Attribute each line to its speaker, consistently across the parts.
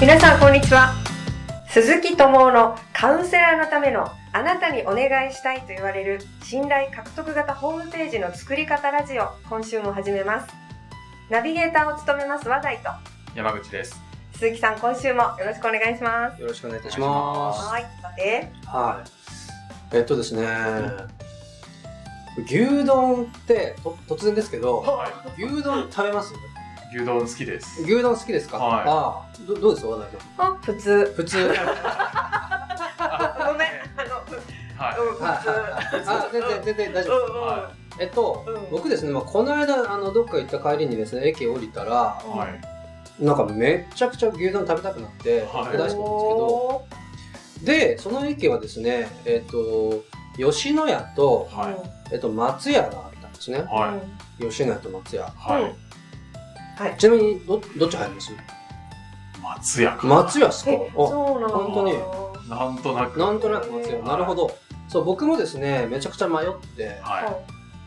Speaker 1: 皆さんこんにちは鈴木智夫のカウンセラーのためのあなたにお願いしたいと言われる信頼獲得型ホームページの作り方ラジオ今週も始めますナビゲーターを務めます話題と
Speaker 2: 山口です。
Speaker 1: 鈴木さん今週もよろしくお願いします
Speaker 3: よろしくお願いいたしま
Speaker 1: はいさて
Speaker 3: す。はい。えっとですね、牛丼ってと突然ですけど、
Speaker 2: は
Speaker 3: 牛丼食べます？
Speaker 2: い、牛丼好きです。
Speaker 3: 牛丼好きですか？
Speaker 2: はい
Speaker 3: ああ、どどうですか？和田君
Speaker 1: あ普通
Speaker 3: 普通。
Speaker 1: ごめんあ
Speaker 2: は
Speaker 1: のうん普
Speaker 3: あ、全然全然大
Speaker 1: 通
Speaker 3: 丈夫。
Speaker 2: い。は
Speaker 3: えっと
Speaker 1: うん。
Speaker 3: 僕ですね、まあ、この間あのどっか行った帰りにですね駅降りたら
Speaker 2: い。はい。
Speaker 3: なんかめっちゃくちゃ牛丼食べたくなって、
Speaker 2: はい
Speaker 3: 大好きなんですけど
Speaker 1: お
Speaker 3: でその駅はですねえっと吉野家と、
Speaker 1: ー
Speaker 2: はい。
Speaker 3: えっと、松屋があったんですね
Speaker 2: はい。
Speaker 3: 吉野家と松屋
Speaker 2: はい。
Speaker 1: うん
Speaker 3: ちなみにどどっち入ります
Speaker 2: 松屋か。
Speaker 3: 松屋っすか
Speaker 1: え
Speaker 3: あ
Speaker 1: そうなんだ
Speaker 3: 本当に
Speaker 2: なんとなく。
Speaker 3: なんとなく松屋なるほどそう僕もですねめちゃくちゃ迷って
Speaker 2: は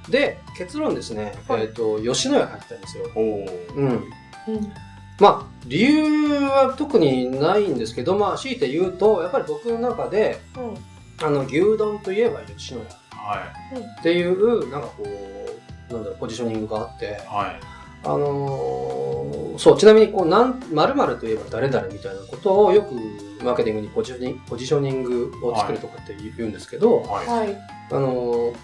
Speaker 3: で結論ですね、
Speaker 1: はい
Speaker 3: えっと吉野家入ったんですよ
Speaker 2: い。おお。
Speaker 3: うん
Speaker 1: うん
Speaker 3: まあ理由は特にないんですけどまあ強いて言うとやっぱり僕の中で
Speaker 1: うん
Speaker 3: あの牛丼といえば吉野家っ
Speaker 2: は
Speaker 3: ていうなんかこうなんだろうポジショニングがあって
Speaker 2: い。はい。
Speaker 3: あのーそう、ちなみにこう、なん、〇〇といえば誰々みたいなことをよくマーケティングにポジショニングポジショニングを作るとかって言うんですけど、
Speaker 2: は
Speaker 1: はい
Speaker 3: あのー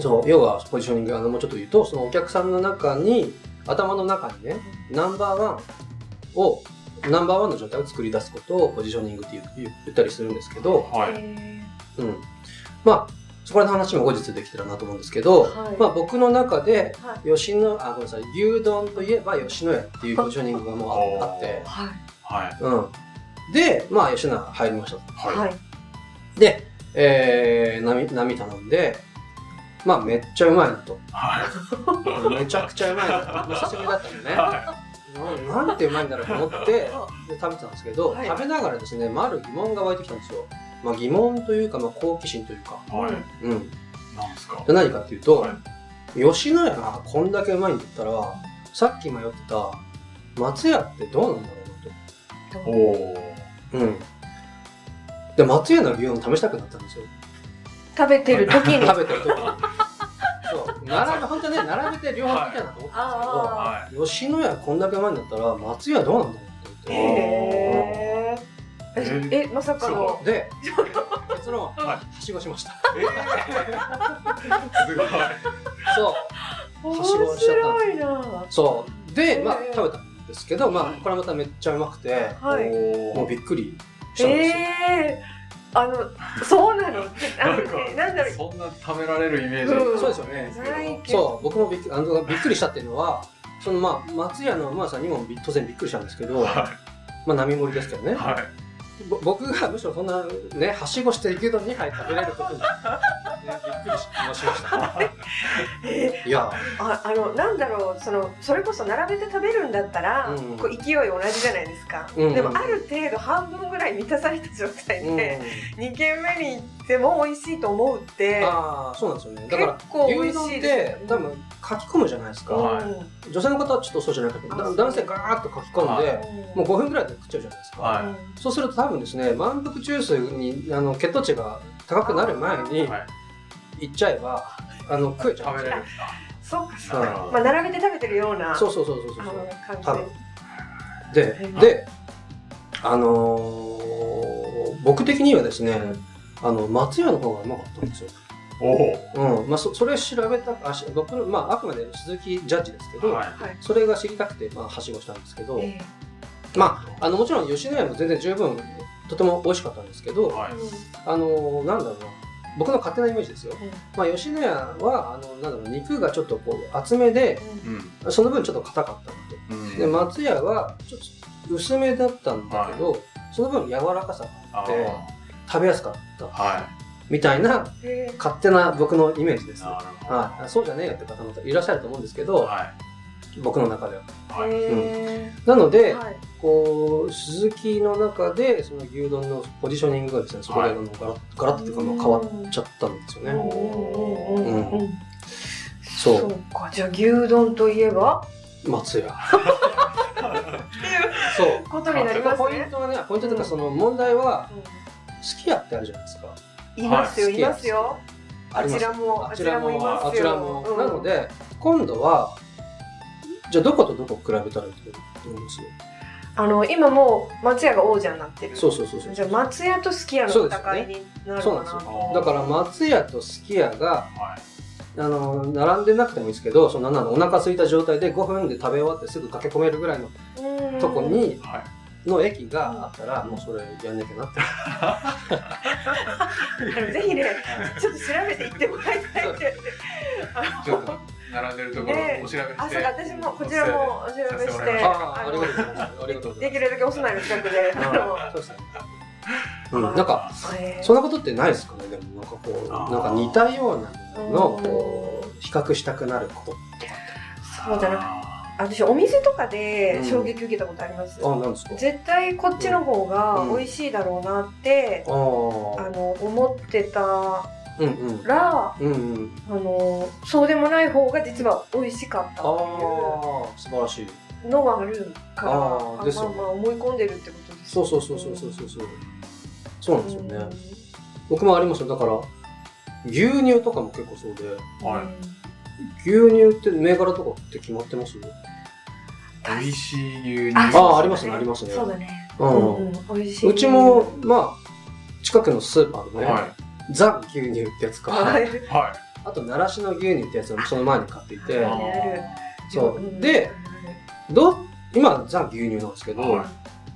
Speaker 3: そう、要はポジショニング、あの、もうちょっと言うと、そのお客さんの中に、頭の中にね、ナンバーワンを、ナンバーワンの状態を作り出すことをポジショニングって言う言う言ったりするんですけど、
Speaker 2: い。はい。
Speaker 1: え
Speaker 3: うん。まあ、そこら辺の話も後日できたらなと思うんですけど、
Speaker 1: はい
Speaker 3: まあ僕の中で
Speaker 1: ー、はい
Speaker 3: 吉野あごめんなさい牛丼といえば吉野家っていうポジショニングがもうああって、
Speaker 1: はい
Speaker 2: はい。
Speaker 3: うん、でまあ吉野家入りましたと
Speaker 2: はい。
Speaker 1: い
Speaker 3: で、えー、並並頼んでまあめっちゃうまいなと
Speaker 2: はい。
Speaker 3: めちゃくちゃうま いなと久しぶりだったんでね
Speaker 2: は
Speaker 3: ななんてうまいんだろうと思ってで食べてたんですけど、
Speaker 1: はい
Speaker 3: 食べながらですねまあある疑問が湧いてきたんですよ、まあ、疑問というか、まあ、好奇心というか、
Speaker 2: い。はい。
Speaker 3: うん、
Speaker 2: なんですか。
Speaker 3: で何かっていうと、
Speaker 2: は
Speaker 3: 吉野家がこんだけうまいんだったらさっき迷ってた松屋ってどうなんだろ
Speaker 1: ど
Speaker 2: お
Speaker 1: う
Speaker 2: お。
Speaker 3: うなと、うん、で松屋の牛丼試したくなったんですよ
Speaker 1: 食べてる時 に
Speaker 3: 食べてる時にそう並べ本当ね並べて両方見たいなと思ったんですけど、
Speaker 1: はいあ
Speaker 2: は
Speaker 3: 吉野家こんだけうまいんだったら松屋どうなんだろうと思っ
Speaker 1: へ
Speaker 2: え
Speaker 1: ーえまさかの
Speaker 3: てで結論
Speaker 2: は
Speaker 3: はしごしました
Speaker 2: い。えーすごい。
Speaker 3: そう
Speaker 1: 面
Speaker 3: はしごしちゃったん
Speaker 1: 白いな
Speaker 3: そうでまあ
Speaker 1: えー
Speaker 3: 食べたんですけどま
Speaker 2: はい
Speaker 3: あこれまためっちゃうまくて
Speaker 1: はい
Speaker 2: お
Speaker 3: もう
Speaker 2: お。
Speaker 3: びっくりしたんですよ、
Speaker 1: えーあのそうな のあ
Speaker 2: なん
Speaker 1: の
Speaker 2: か
Speaker 1: なんだろう
Speaker 2: そんな貯められるイメージ。
Speaker 1: うん
Speaker 3: そうですよね
Speaker 1: ないけど
Speaker 3: そう僕もびっくりあのびっくりしたっていうのはそのまあ松屋のうまさにもび当然びっくりしたんですけど、ま
Speaker 2: は
Speaker 3: あ並盛りですけど
Speaker 2: い。
Speaker 3: ね、
Speaker 2: はい。
Speaker 3: ぼ僕がむしろそんなねはしごして牛丼2杯食べれることに、ね、びっくりしました
Speaker 1: え
Speaker 3: いや
Speaker 1: ああのなんだろうそのそれこそ並べて食べるんだったら、
Speaker 3: うん
Speaker 1: こう勢い同じじゃないですか、
Speaker 3: うん
Speaker 1: でもある程度半分ぐらい満たされた状態
Speaker 3: うん
Speaker 1: で、2軒目に行っても美味しいと思うって
Speaker 3: ああそうなんですよねだから
Speaker 1: 結構美
Speaker 3: 牛
Speaker 1: 味
Speaker 3: 丼
Speaker 1: しい
Speaker 3: っ
Speaker 1: です
Speaker 3: て多分書き込むじゃないです
Speaker 1: う
Speaker 3: か、
Speaker 1: ん
Speaker 2: はい
Speaker 3: 女性の方はちょっとそうじゃなくてだ男性ガーッと書き込んで、もう5分ぐらいで食っちゃうじゃないですか、
Speaker 2: は
Speaker 3: そうすると多分ですね満腹中枢にあの血糖値が高くなる前に
Speaker 2: はい
Speaker 3: 行っちゃえばあの食えちゃ
Speaker 2: 食
Speaker 3: う
Speaker 2: べ
Speaker 3: ん
Speaker 2: れ
Speaker 3: ですよ
Speaker 2: る。
Speaker 1: そうかそう
Speaker 3: はい
Speaker 1: か、まあ、並べて食べてるような
Speaker 3: そうそうそうそうそ
Speaker 1: あ
Speaker 3: う
Speaker 1: の
Speaker 3: 多
Speaker 1: 感
Speaker 3: 分
Speaker 1: じ
Speaker 3: で
Speaker 1: はい
Speaker 3: であのー僕的にはですねあの松屋の方がうまかったんですよ、
Speaker 2: おお。
Speaker 3: うんまあ、そそれ調べたあし僕の、まあ、あくまで鈴木ジャッジですけど、
Speaker 2: はい。
Speaker 1: はい
Speaker 3: それが知りたくて、まあ、はしごしたんですけど、
Speaker 1: え
Speaker 3: まあ、あのもちろん吉野家も全然十分とても美味しかったんですけど、
Speaker 2: はい
Speaker 1: え。
Speaker 3: あのーなんだろうな僕の勝手なイメージですよ、
Speaker 1: うん
Speaker 3: まあ、吉野家はあのなんだろう肉がちょっとこう厚めで
Speaker 2: うん。
Speaker 3: その分ちょっと硬かったなと
Speaker 2: うん
Speaker 3: で松屋はちょっと薄めだったんだけど、その分柔らかさがあ
Speaker 2: あ
Speaker 3: っ
Speaker 2: あ
Speaker 3: て食べやすかった
Speaker 2: はい。
Speaker 3: みたいな
Speaker 1: うんええ
Speaker 3: 勝手な僕のイメージです、
Speaker 2: なるほど。
Speaker 3: はい、そうじゃねえよって方もいらっしゃると思うんですけど、
Speaker 2: は
Speaker 3: 僕の中では
Speaker 2: はい
Speaker 1: え
Speaker 3: なの
Speaker 1: え
Speaker 3: で、
Speaker 1: はい
Speaker 3: こう鈴木の中でその牛丼のポジショニングがですねそこであのガラッガラッというかまあ変わっちゃったんです
Speaker 1: う
Speaker 3: よ
Speaker 1: ん
Speaker 3: ね
Speaker 1: うんうんうん
Speaker 3: う
Speaker 1: うん
Speaker 3: そう
Speaker 1: そうかじゃあ牛丼といえば
Speaker 3: 松屋
Speaker 1: っていう
Speaker 3: そう
Speaker 1: ことになります
Speaker 3: ポイン
Speaker 1: ね。
Speaker 3: トはねポイントというかその問題は好きやってあるじゃないですか
Speaker 1: うんいますよ、
Speaker 3: はい
Speaker 1: いますよ。
Speaker 3: あ
Speaker 1: あ
Speaker 3: りま
Speaker 1: ち
Speaker 3: す
Speaker 1: らも、あちらもいますよ。
Speaker 3: あちらも
Speaker 1: うん
Speaker 3: なの、で今度はじゃあどことどこを比べたらいいと思います
Speaker 1: あの、今もう松屋が王者になってる。
Speaker 3: そうそうそうそう
Speaker 1: じゃあ松屋とすき家の戦いになる
Speaker 3: そう
Speaker 1: か
Speaker 3: なんです
Speaker 1: な。
Speaker 3: よだから松屋とすき家が
Speaker 2: は
Speaker 3: あの並んでなくてもいいですけどそのなんなのお腹空いた状態で5分で食べ終わってすぐ駆け込めるぐらいの
Speaker 1: うん
Speaker 3: とこに
Speaker 2: い。は
Speaker 3: の駅があったらもうそれやんなきゃなって
Speaker 1: あの ぜひね、ちょっと調べていってもらいたいって。
Speaker 2: い。ちょっと並んでるところをお調べして。
Speaker 1: 朝私もこちらもお調べ
Speaker 2: さ
Speaker 1: し
Speaker 2: せてもら
Speaker 1: て、
Speaker 2: いま
Speaker 3: あありがとうございますありがとうござ
Speaker 1: で
Speaker 3: い
Speaker 1: きるだけお住まいの近くで、あの
Speaker 3: ますそうですねうんなんか
Speaker 1: えー
Speaker 3: そんなことってないですかねでもなんかこう
Speaker 2: あー
Speaker 3: なんか似たようなもの
Speaker 1: う
Speaker 3: を
Speaker 1: ん
Speaker 3: こう比較したくなること
Speaker 1: そうだな。
Speaker 2: な。
Speaker 1: あ私お店とかで衝撃受けたことあります。
Speaker 3: あなんですか
Speaker 1: 絶対こっちの方が美味しいだろうなって、
Speaker 3: あ
Speaker 1: あ
Speaker 3: あ
Speaker 1: の思ってた
Speaker 3: うんうん
Speaker 1: ら、
Speaker 3: うんうん
Speaker 1: あのそうでもない方が実は美味しかった
Speaker 3: ああ
Speaker 1: っ
Speaker 3: 素晴らしい
Speaker 1: ていうのがあるから、
Speaker 3: あー
Speaker 1: あ
Speaker 3: ですよ
Speaker 1: まあ
Speaker 3: ね
Speaker 1: まあ思い込んでるってことです。
Speaker 3: そうそうそうそうそうそうそうそうなんですよね、
Speaker 1: うん
Speaker 3: 僕もありますよだから牛乳とかも結構そうで
Speaker 2: はい
Speaker 3: 牛乳って銘柄とかって決まってます
Speaker 2: 美味しい牛乳。
Speaker 1: あ
Speaker 3: あありますねありますね
Speaker 1: そうだね。
Speaker 3: う、
Speaker 1: うんんうん、美味しい。
Speaker 3: うちもまあ近くのスーパーでね、
Speaker 2: は
Speaker 3: ザ牛乳ってやつか、
Speaker 1: はい。
Speaker 2: い。は
Speaker 3: あと習志野牛乳ってやつをその前に買ってい
Speaker 2: い。
Speaker 3: て
Speaker 1: ある
Speaker 3: そ
Speaker 1: ん
Speaker 3: うで、ど今ザ牛乳なんですけど、
Speaker 2: は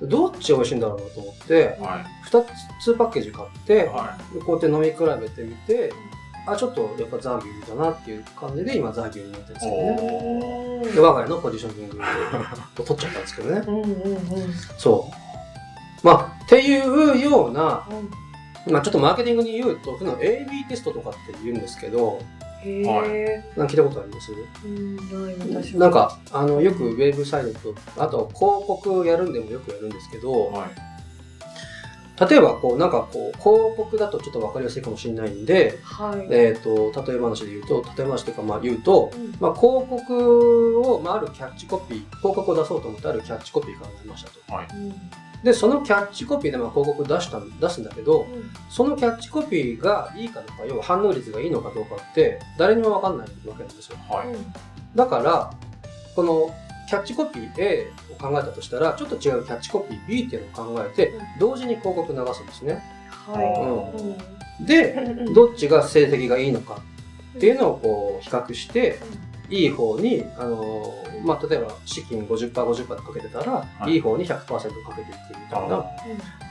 Speaker 3: どっち美味しいんだろうなと思って
Speaker 2: はい。
Speaker 3: 2つパッケージ買って、
Speaker 2: は
Speaker 3: でこうやって飲み比べてみてあちょっとやっぱザ牛乳だなっていう感じで今ザ牛乳ってやつ
Speaker 2: い。
Speaker 3: よね
Speaker 2: お
Speaker 3: で我が家のポジショニングを取っちゃったんですけどね
Speaker 1: うんうんうんうん。
Speaker 3: そうまあっていうような、
Speaker 1: うん
Speaker 3: まあ、ちょっとマーケティングに言うと普段 AB テストとかって言うんですけど
Speaker 1: へ
Speaker 2: はい
Speaker 1: え。
Speaker 3: なんか聞いたことあります
Speaker 1: うんない私は
Speaker 3: なんかあのよくウェブサイトとあと広告やるんでもよくやるんですけ
Speaker 2: お。
Speaker 3: ど
Speaker 2: はい。
Speaker 3: 例えばこうなんかこう広告だとちょっと分かりやすいかもしれないんで、
Speaker 1: はい。
Speaker 3: えー、と例え話で言うと例え話というかまあ言うと、
Speaker 1: うん
Speaker 3: まあ、広告を、まあ、あるキャッチコピー広告を出そうと思ってあるキャッチコピーがありましたと。
Speaker 1: うん
Speaker 3: でそのキャッチコピーでまあ広告出した出すんだけど
Speaker 1: うん
Speaker 3: そのキャッチコピーがいいかどうか要は反応率がいいのかどうかって誰にも分かんないわけなんですよ
Speaker 2: はい。
Speaker 3: だからこのキャッチコピー A を考えたとしたらちょっと違うキャッチコピー B っていうのを考えて
Speaker 1: うん
Speaker 3: 同時に広告流すんですね
Speaker 1: は
Speaker 3: う
Speaker 1: い。
Speaker 3: ん
Speaker 1: うん
Speaker 3: で
Speaker 1: うん
Speaker 3: どっちが成績がいいのかっていうのをこう比較していい方に、あのーまあ、例えば資金 50%50% でかけてたら、
Speaker 2: い
Speaker 3: い、い方に100%かけていくみたいな
Speaker 2: あ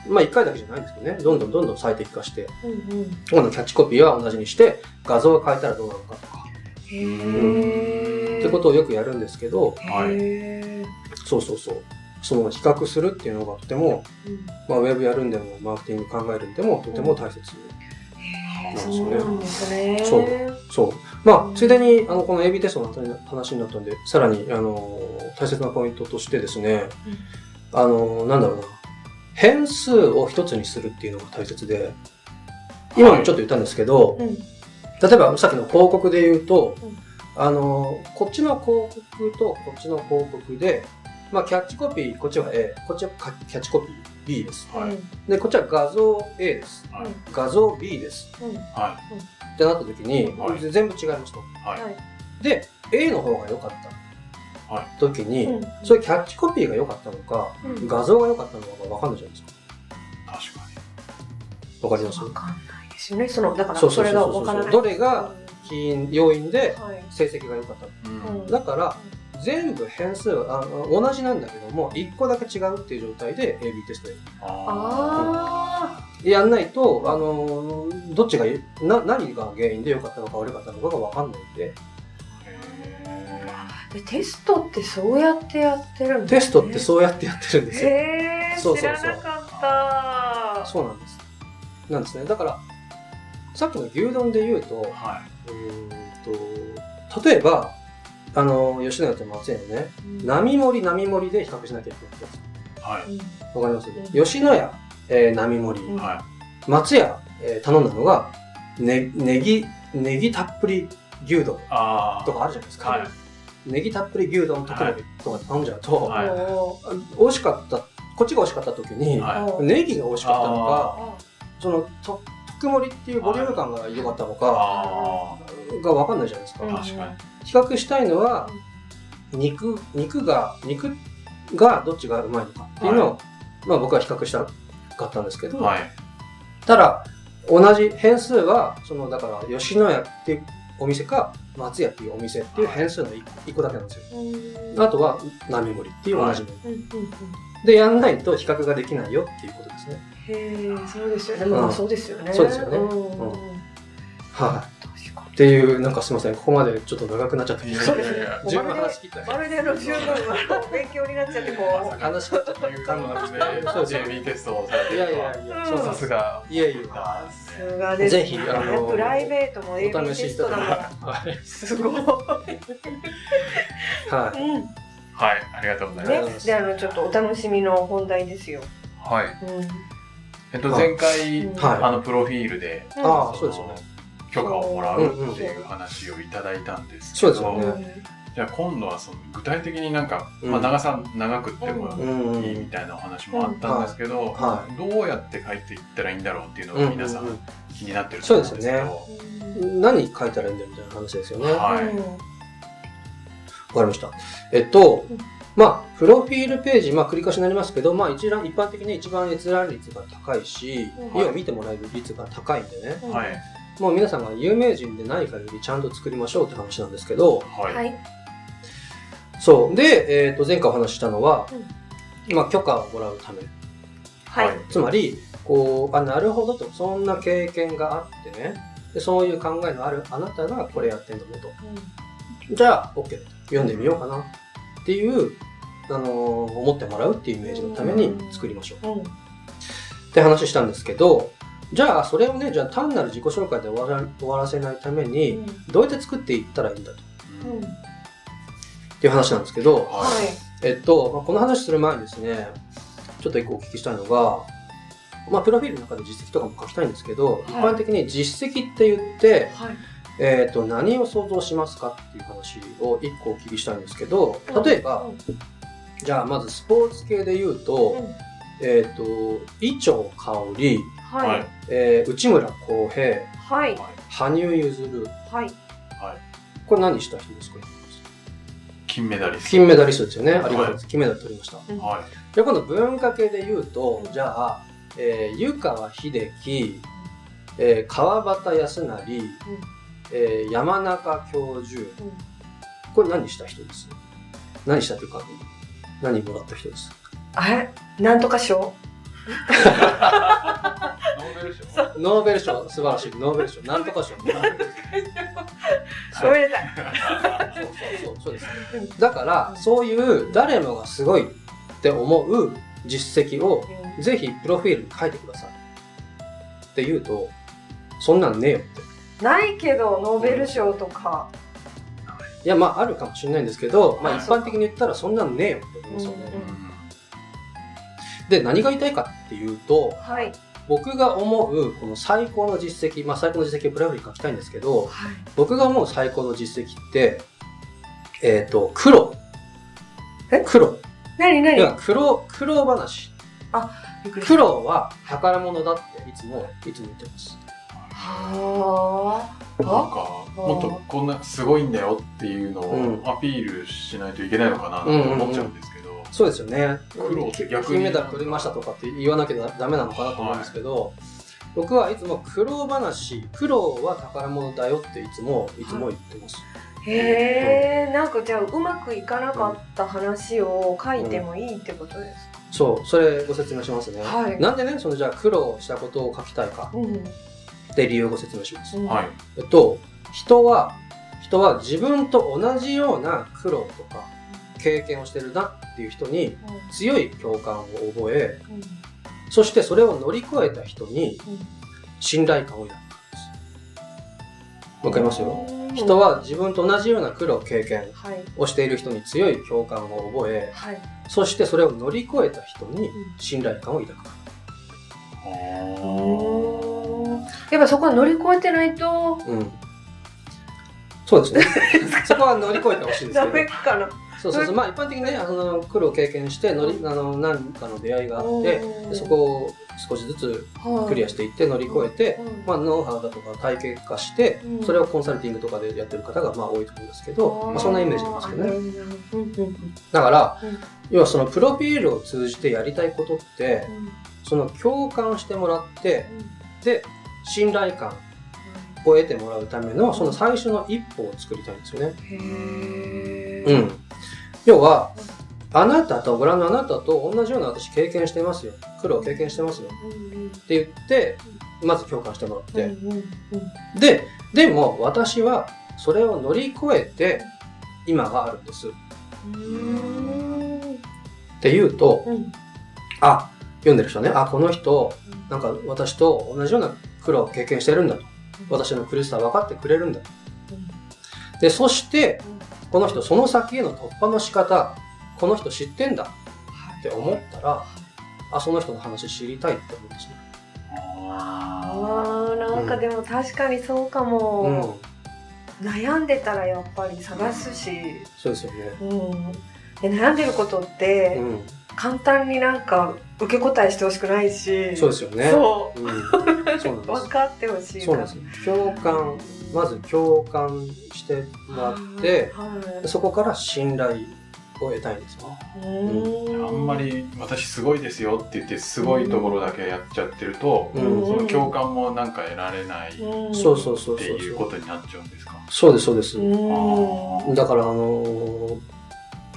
Speaker 3: まあ1回だけじゃないんですけどね、どんどんどんどん最適化して、
Speaker 1: うんうんうん
Speaker 3: 今度キャッチコピーは同じにして、画像を変えたらどうなのかとか、
Speaker 1: へえ。
Speaker 3: ってことをよくやるんですけど、
Speaker 2: はい
Speaker 1: へえ。
Speaker 3: そうそうそう、その比較するっていうのがとても、
Speaker 1: うん
Speaker 3: まあ、ウェブやるんでも、マーケティング考えるんでも、とても大切。
Speaker 1: へえ
Speaker 3: そ
Speaker 1: そ
Speaker 3: う
Speaker 1: うなんですね。
Speaker 3: そうそう。まあ、ついでに、あの、この AB テストの後に話になったんで、さらに、あのー、大切なポイントとしてですね、あのー、なんだろうな、変数を一つにするっていうのが大切で、今もちょっと言ったんですけど、
Speaker 1: うん。
Speaker 3: 例えばさっきの広告で言うと、
Speaker 1: うん
Speaker 3: あのこっちの広告とこっちの広告で、まあ、キャッチコピーこっちは A こっちはかキャッチコピー B です
Speaker 2: はい。はい。
Speaker 3: でこっちは画像 A です
Speaker 2: はい。
Speaker 3: 画像 B です
Speaker 1: うんうん
Speaker 2: は
Speaker 3: ってなった時に、
Speaker 2: はい
Speaker 3: 全部違いますと
Speaker 2: い。
Speaker 1: は。
Speaker 2: はい
Speaker 3: で A の方が良かった、
Speaker 2: はい
Speaker 3: 時に、
Speaker 1: うん
Speaker 3: それキャッチコピーが良かったのか
Speaker 1: うん
Speaker 3: 画像が良かったのか分かんないじゃないです
Speaker 2: 確か
Speaker 3: かわかります
Speaker 1: わかんないですよね。そのだから
Speaker 3: そうそ
Speaker 1: そう
Speaker 3: そう
Speaker 1: れ
Speaker 3: そ
Speaker 1: が
Speaker 3: う
Speaker 1: わからない。
Speaker 3: どれが起因要因で
Speaker 1: はい。
Speaker 3: 成績が良かったのか
Speaker 2: に。う
Speaker 1: うん
Speaker 2: ん。
Speaker 3: だから全部変数はああ同じなんだけども1個だけ違うっていう状態で AB テストや
Speaker 1: あ
Speaker 3: るやんないと、あのーどっちがな何が原因で良かったのか悪かったのかが分かんないんで
Speaker 1: あ。でテストってそうやってやってるん
Speaker 3: テストって
Speaker 1: う
Speaker 3: そうやってやってるんですよ、
Speaker 1: へえ
Speaker 3: そう
Speaker 1: 知
Speaker 3: そう
Speaker 1: ら
Speaker 3: そう
Speaker 1: なかった。
Speaker 3: そうなんですなんですねだからさっきの牛丼で言うと
Speaker 2: は
Speaker 3: うーんと例えばあのー吉永と松屋のね
Speaker 1: うん
Speaker 3: 並盛り並盛りで比較しなきゃいけないんです
Speaker 2: い。はい。
Speaker 3: わかります、
Speaker 1: ん
Speaker 3: 吉野家、えー並盛り、
Speaker 1: うん
Speaker 2: は
Speaker 3: 松屋、えー頼んだのが、ね、ネギ、ネギたっぷり牛丼
Speaker 2: い。ああ。
Speaker 3: とかあるじゃないですか。
Speaker 2: はい。
Speaker 3: ネギたっぷり牛丼とかとか頼んじゃうと、
Speaker 2: はい
Speaker 1: おお
Speaker 3: 美味しかったこっちが美味しかった時に、
Speaker 2: は
Speaker 1: お
Speaker 3: ネギが美味しかったのか
Speaker 1: あ
Speaker 3: そのと特盛りっていうボリューム感が良かったのか
Speaker 2: あ
Speaker 3: が分かんないじゃないですか、
Speaker 1: うん
Speaker 2: 確かに
Speaker 3: 比較したいのは肉肉が肉がどっちがうまいのかっていうのを、まあ、僕は比較したかったんですけ
Speaker 2: あ
Speaker 3: ど、
Speaker 2: はい
Speaker 3: ただ同じ変数はそのだから吉野家っていうお店か松屋っていうお店っていう変数の 1, 個だけなんですよ
Speaker 1: うん
Speaker 3: あとは並盛りっていう同じもの、
Speaker 1: うんうんうん
Speaker 3: でやんないと比較ができないよっていうことですね
Speaker 1: へえそうですよねま
Speaker 3: う
Speaker 1: あ
Speaker 3: ん
Speaker 1: そうですよね
Speaker 3: そうですよね
Speaker 1: うん
Speaker 3: うは
Speaker 1: 確か
Speaker 3: いっていうなんかすいませんここまでちょっと長くなっちゃった
Speaker 2: いや
Speaker 1: そうですね
Speaker 2: いやいや
Speaker 1: お
Speaker 3: 十分
Speaker 1: まるで
Speaker 3: 話切った
Speaker 1: にまるであの十分の勉強になっちゃって こう
Speaker 3: 話しちゃっ
Speaker 2: 入管の中で
Speaker 3: そうです
Speaker 2: JB テストをされ
Speaker 3: た
Speaker 2: て
Speaker 3: い
Speaker 2: い
Speaker 3: やい
Speaker 2: ると
Speaker 3: や
Speaker 2: はい
Speaker 1: そう
Speaker 3: や
Speaker 1: ん
Speaker 2: さすが
Speaker 3: いやいや
Speaker 2: あ
Speaker 1: さすがですね
Speaker 3: ぜひあの
Speaker 1: プライベートも AB
Speaker 3: お
Speaker 1: テ
Speaker 3: 試しい
Speaker 1: ス
Speaker 3: た
Speaker 1: ト
Speaker 3: だ
Speaker 1: だ
Speaker 3: き
Speaker 1: か
Speaker 3: はい
Speaker 1: らすごい、
Speaker 3: は
Speaker 1: うん
Speaker 2: はいありがとうございます
Speaker 3: ありが
Speaker 1: ね
Speaker 3: とうございま、す
Speaker 1: であのちょっとお楽しみの本題ですよ。
Speaker 2: はい
Speaker 1: うん
Speaker 2: えっと
Speaker 3: はい
Speaker 2: 前回
Speaker 3: いは
Speaker 2: あのプロフィールで
Speaker 3: いああ
Speaker 2: の
Speaker 3: そうですよね
Speaker 2: 許可をもらうっていう話をいただいたんですけ
Speaker 3: そう
Speaker 2: ど
Speaker 3: ですよね
Speaker 2: じゃあ今度はその具体的になんか、
Speaker 3: うん
Speaker 2: まあ、長さ長くっても
Speaker 3: うん
Speaker 2: いいみたいなお話もあったんですけど、
Speaker 3: は
Speaker 2: どうやって書いていったらいいんだろうっていうの
Speaker 3: う
Speaker 2: が
Speaker 3: ん
Speaker 2: 皆さん気になってると
Speaker 3: そう
Speaker 2: 思
Speaker 3: で
Speaker 2: うん
Speaker 3: す
Speaker 2: で
Speaker 3: よ
Speaker 2: すけ
Speaker 3: ね
Speaker 2: ど、
Speaker 3: 何書いたらいいんだよみたいな話ですよね。わか
Speaker 2: はい、
Speaker 3: りました。えっと
Speaker 1: うん、
Speaker 3: まあ、プロフィールページ、まあ、繰り返しになりますけど、まあ、一覧、一般的に一番閲覧率が高いし、
Speaker 1: うん
Speaker 3: 家を見てもらえる率が高いんでね、
Speaker 1: うん
Speaker 2: はい
Speaker 3: もう皆さんが有名人で何かよりちゃんと作りましょうって話なんですけど、
Speaker 2: はい
Speaker 1: はい。
Speaker 3: そう。で、えっと、前回お話ししたのは
Speaker 1: うん、
Speaker 3: まあ、許可をもらうため。
Speaker 1: はい。
Speaker 3: つまり、こう、あ、なるほどと、そんな経験があってね、でそういう考えのあるあなたがこれやってんだねと。じゃあ、OK だと読んでみようかなっていう、あのー思ってもらうっていうイメージのために作りましょう
Speaker 1: うん
Speaker 3: って話したんですけど、じゃあ、それをね、じゃあ単なる自己紹介で終わら終わらせないために、どうやって作っていったらいいんだと
Speaker 1: う
Speaker 2: うんん
Speaker 1: うん
Speaker 3: っていう話なんですけど、
Speaker 2: は
Speaker 1: はいい。
Speaker 3: えっと、まあ、この話する前にですね、ちょっと一個お聞きしたいのが、まあ、プロフィールの中で実績とかも書きたいんですけど、一般的に実績って言って、
Speaker 1: はい。
Speaker 3: えっと、何を想像しますかっていう話を一個お聞きしたいんですけど、例えば、
Speaker 1: うん
Speaker 3: じゃあまずスポーツ系で言うと、えっ、と、伊調香織、
Speaker 1: は
Speaker 2: はいい。
Speaker 3: えー内村航平、
Speaker 1: はい。
Speaker 3: 羽生結弦。
Speaker 1: はい。
Speaker 3: これ何した人ですか
Speaker 2: 金メダリスト
Speaker 3: 金メダリストですよね。ありがとうございます。金メダル取りました。
Speaker 1: ダ
Speaker 2: はい
Speaker 3: じゃあ今度文化系で言うと、じゃあ、えー湯川秀樹、えー川端康成、えー山中教授。これ何した人です何したというか、何もらった人です。
Speaker 1: あれなんとか賞
Speaker 2: ノーベル賞
Speaker 3: ノーベル賞、素晴らしい。ノーベル賞、なんとか賞。
Speaker 1: ごめんなさい。
Speaker 3: そうそうそうそうです。だからそういう誰もがすごいって思う実績をぜひプロフィールに書いてください。って言うとそんなんねえよって。
Speaker 1: ないけど、ノーベル賞とか。
Speaker 3: いやまああるかもしれないんですけど、まあ
Speaker 1: あ
Speaker 3: 一般的に言ったらそんなんねえよって思いますよ
Speaker 1: う
Speaker 3: ね。
Speaker 2: う
Speaker 3: で何が言いたいかっていうと
Speaker 1: はい。
Speaker 3: 僕が思うこの最高の実績まあ最高の実績をプロフィールに書きたいんですけど
Speaker 1: はい。
Speaker 3: 僕が思う最高の実績ってえっ、と黒
Speaker 1: え
Speaker 3: 黒
Speaker 1: なにないに
Speaker 3: や黒黒話
Speaker 1: びっくりした
Speaker 3: 苦労は宝物だっていつもいつも言ってます。
Speaker 1: はあ。
Speaker 2: んなん
Speaker 1: あ
Speaker 2: かもっとこんなすごいんだよっていうの
Speaker 3: う
Speaker 2: をアピールしないといけないのかなと思っちゃうんですけど、
Speaker 3: そうですよね。
Speaker 2: 苦労って逆に
Speaker 3: 金メダル取りましたとかって言わなきゃダメなのかなと思うんですけど、僕はいつも苦労話、苦労は宝物だよっていつもいつも言ってます。
Speaker 1: へえ、なんかじゃあうまくいかなかった話を書いてもいいってことですか
Speaker 3: そう、それご説明しますね。
Speaker 1: はい
Speaker 3: なんでね、そのじゃあ苦労したことを書きたいか
Speaker 1: うん。
Speaker 3: って理由をご説明します。
Speaker 1: うん
Speaker 2: はい
Speaker 3: えっと、人は、人は自分と同じような苦労とか経験をしてるなっていう人に強い共感を覚え、
Speaker 1: うん
Speaker 3: そしてそれを乗り越えた人に信頼感を抱くからです。わかりますよ。
Speaker 1: うん
Speaker 3: 人は自分と同じような苦労経験
Speaker 1: はい
Speaker 3: をしている人に強い共感を覚え、
Speaker 1: はい
Speaker 3: そしてそれを乗り越えた人に信頼感を抱くか
Speaker 1: や
Speaker 3: ら。
Speaker 1: っぱそこは乗り越えてないと
Speaker 3: うん。そうですね そこは乗り越えてほしいんです
Speaker 1: ダ
Speaker 3: けど
Speaker 1: メかな。
Speaker 3: そうそうそうまあ一般的にねあの苦労を経験して乗りあの何かの出会いがあってでそこを少しずつ
Speaker 1: を
Speaker 3: クリアしていって乗り越えて、ま
Speaker 1: あ
Speaker 3: あ、ノウハウだとか体系化して
Speaker 1: うん
Speaker 3: それをコンサルティングとかでやってる方がまあ多いと思うんですけど、まあ、そんなイメージなんですよね。
Speaker 1: ね。
Speaker 3: だから
Speaker 1: うん
Speaker 3: 要はそのプロフィールを通じてやりたいことってその共感してもらってで信頼感を得てもらうためのその最初の一歩を作りたいんですよね。
Speaker 1: へえ。
Speaker 3: う。ん、要はあなたとご覧のあなたと同じような私経験してますよ苦労経験してますよって言ってまず共感してもらって、ででも私はそれを乗り越えて今があるんですって言うとあ読んでる人ねあこの人なんか私と同じような苦労を経験してるんだと私の苦しさ分かってくれるんだでそしてこの人その先への突破の仕方この人知ってんだって思ったらあその人の話知りたいって思うんですね
Speaker 1: あーなんかでも確かにそうか
Speaker 3: うん
Speaker 1: も、悩んでたらやっぱり探すし、
Speaker 3: そうですよね
Speaker 1: うん、で悩んでることって
Speaker 3: う
Speaker 1: 簡単になんか受け答えしてほしくないし
Speaker 3: んそうですよね
Speaker 1: そ
Speaker 3: うんそう
Speaker 1: う
Speaker 3: なん
Speaker 1: 分
Speaker 3: で
Speaker 1: かってほしい
Speaker 3: すそうなんですよ共感まず共感してもらって
Speaker 1: はい
Speaker 3: そこから信頼を得たいんですよね
Speaker 2: あんまり私すごいですよって言ってすごいところだけやっちゃってると、
Speaker 3: うん
Speaker 2: その共感もなんか得られないっ
Speaker 3: そうそうそう
Speaker 2: て
Speaker 3: そう
Speaker 2: いうことになっちゃうんですか。
Speaker 3: そうですそうです
Speaker 1: うん
Speaker 3: だからあのー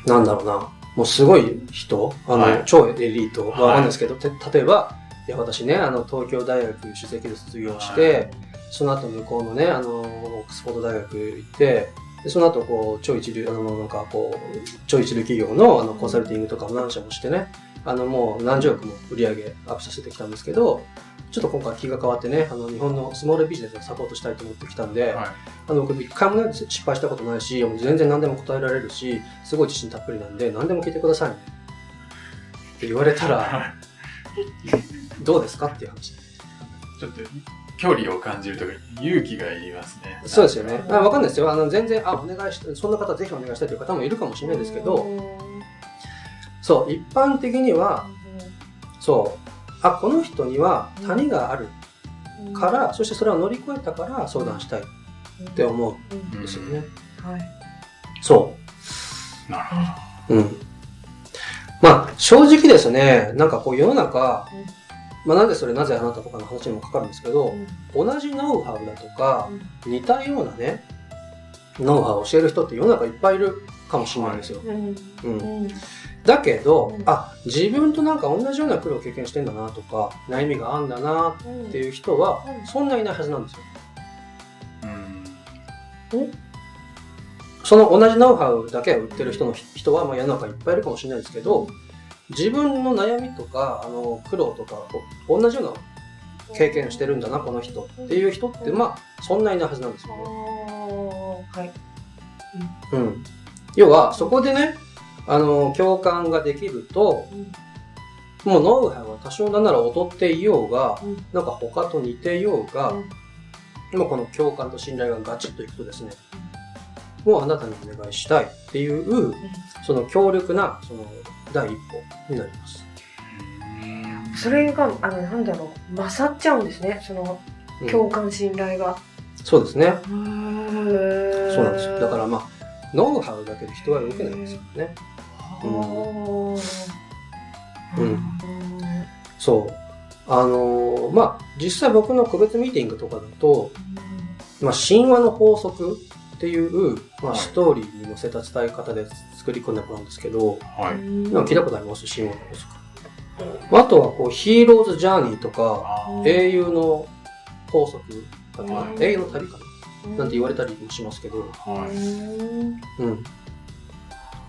Speaker 3: なんだろうなもうすごい人あの、
Speaker 2: はい
Speaker 3: 超エリート
Speaker 2: はい
Speaker 3: はわかんないですけど、て例えばいや私ねあの東京大学首席で卒業して、
Speaker 2: は
Speaker 3: その後向こうのねあのオックスフォード大学行ってでその後こう超一流あのなんかこう超一流企業のあのコンサルティングとかも何社もしてねあのもう何十億も売り上げアップさせてきたんですけどちょっと今回気が変わってねあの日本のスモールビジネスをサポートしたいと思ってきたんで、
Speaker 2: はい
Speaker 3: あの僕一回もね失敗したことないしもう全然何でも答えられるしすごい自信たっぷりなんで何でも聞いてくださいねって言われた ら
Speaker 2: は
Speaker 3: どうですかっていう話
Speaker 2: いちょっと距離を感じるというか勇気がいりますね。
Speaker 3: そうですよねあ分かんないですよあの全然あお願いしてそんな方ぜひお願いしたいという方もいるかもしれないですけどそう一般的にはそうあこの人には谷があるからそしてそれを乗り越えたから相談したいって思
Speaker 1: う
Speaker 3: うん
Speaker 1: ん
Speaker 3: ですよね
Speaker 1: はい
Speaker 3: そう
Speaker 2: なるほ
Speaker 3: うん。まあ、正直ですね、なんかこう世の中、まあなんでそれなぜあなたとかの話にもかかるんですけど、同じノウハウだとか、似たようなね、ノウハウを教える人って世の中いっぱいいるかもしれないんですよ。
Speaker 1: うん
Speaker 3: うん。
Speaker 1: うん
Speaker 3: だけど
Speaker 1: うん、
Speaker 3: あ、自分となんか同じような苦労を経験してんだなとか、悩みがあんだなっていう人は
Speaker 1: う、ん
Speaker 3: そんないないはずなんですよ。
Speaker 2: ど。うん
Speaker 3: その同じノウハウだけを売ってる人の人は、まあ世の中いっぱいいるかもしれないですけど、自分の悩みとかあの苦労とかお同じような経験してるんだなこの人っていう人ってまあそんないないはずなんです
Speaker 1: あ
Speaker 3: よね。
Speaker 1: ーはい
Speaker 3: うん、要はそこでねあの共感ができると
Speaker 1: うん
Speaker 3: もうノウハウは多少なんなら劣っていようが
Speaker 1: うん
Speaker 3: なんか他と似ていようが
Speaker 1: うん
Speaker 3: もうこの共感と信頼がガチッといくとですねもうあなたにお願いしたいっていうその強力なその第一歩になります。
Speaker 1: それがあのなんだろう勝っちゃうんですねその
Speaker 3: うん
Speaker 1: 共感信頼が
Speaker 3: そうですね。
Speaker 1: そうな
Speaker 3: そうなんですよ。だからまあ、ノウハウだけで人は動けないんですよね。
Speaker 1: うん
Speaker 3: うんそう。あのーまあ、実際僕の個別ミーティングとかだと、まあ、神話の法則っていう、まあ、
Speaker 2: はい
Speaker 3: ストーリーに載せた伝え方で作り込んだものなんですけど、
Speaker 2: はい。
Speaker 3: なんか聞いたことあります神話の法則。まあ、あとはこう、ヒーローズジャーニーとか、
Speaker 2: あ
Speaker 1: うん
Speaker 3: 英雄の法則だとか
Speaker 1: は、い
Speaker 3: 英雄の旅かななんて言われたりもしますけど、
Speaker 2: ーはい。
Speaker 3: うん。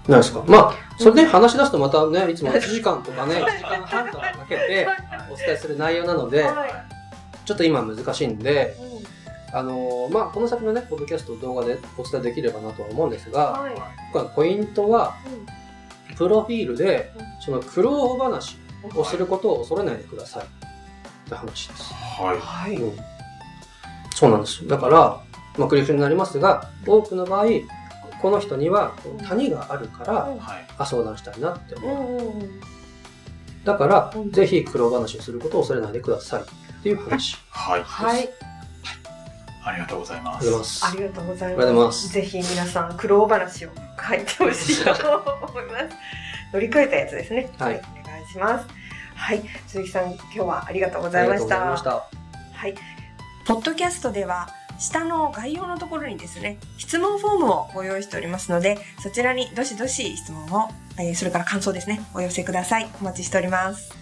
Speaker 3: なんですか。まあ、それで話し出すとまたね、いつも1時間とかね、1時 間半とかかけてお伝えする内容なので、
Speaker 1: はい
Speaker 3: ちょっと今難しいんで、あのーまあ、この先のね、ポッドキャスト動画でお伝えできればなとは思うんですが、
Speaker 1: はい
Speaker 3: 今回ポイントは、プロフィールで、その苦労話をすることを恐れないでください。って話です。
Speaker 2: はい。
Speaker 1: はい
Speaker 3: うんそうなんですよ。だから、まあ、クリフになりますが多くの場合この人にはこう谷があるから
Speaker 2: はい。
Speaker 3: あ相談したいなって思
Speaker 1: うん
Speaker 3: う
Speaker 1: うんうん
Speaker 3: だから、
Speaker 1: うん
Speaker 3: ぜひ苦労話をすることを恐れないでくださいっていう話
Speaker 2: はい。
Speaker 1: はい
Speaker 2: ありがとうございま
Speaker 3: あり
Speaker 2: す。
Speaker 3: ます
Speaker 1: ありがとうござい
Speaker 3: ありがとうござい
Speaker 1: ま。
Speaker 3: ますす
Speaker 1: ぜひ皆さん苦労話を書いてほしいと思い ます。乗り越えたやつですね。
Speaker 3: はい
Speaker 1: お願いします。はい、鈴木さん、今日はありがとうござ
Speaker 3: あ
Speaker 1: い
Speaker 3: り
Speaker 1: ま
Speaker 3: がとう
Speaker 1: し
Speaker 3: ござい
Speaker 1: た
Speaker 3: まし。た
Speaker 1: はい。ポッドキャストでは下の概要のところにですね、質問フォームをご用意しておりますので、そちらにどしどし質問を、えーそれから感想ですね、お寄せください。お待ちしております。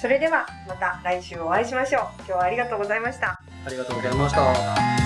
Speaker 1: それではまた来週お会いしましょう。今日はありがとうございました。
Speaker 3: ありがとうございました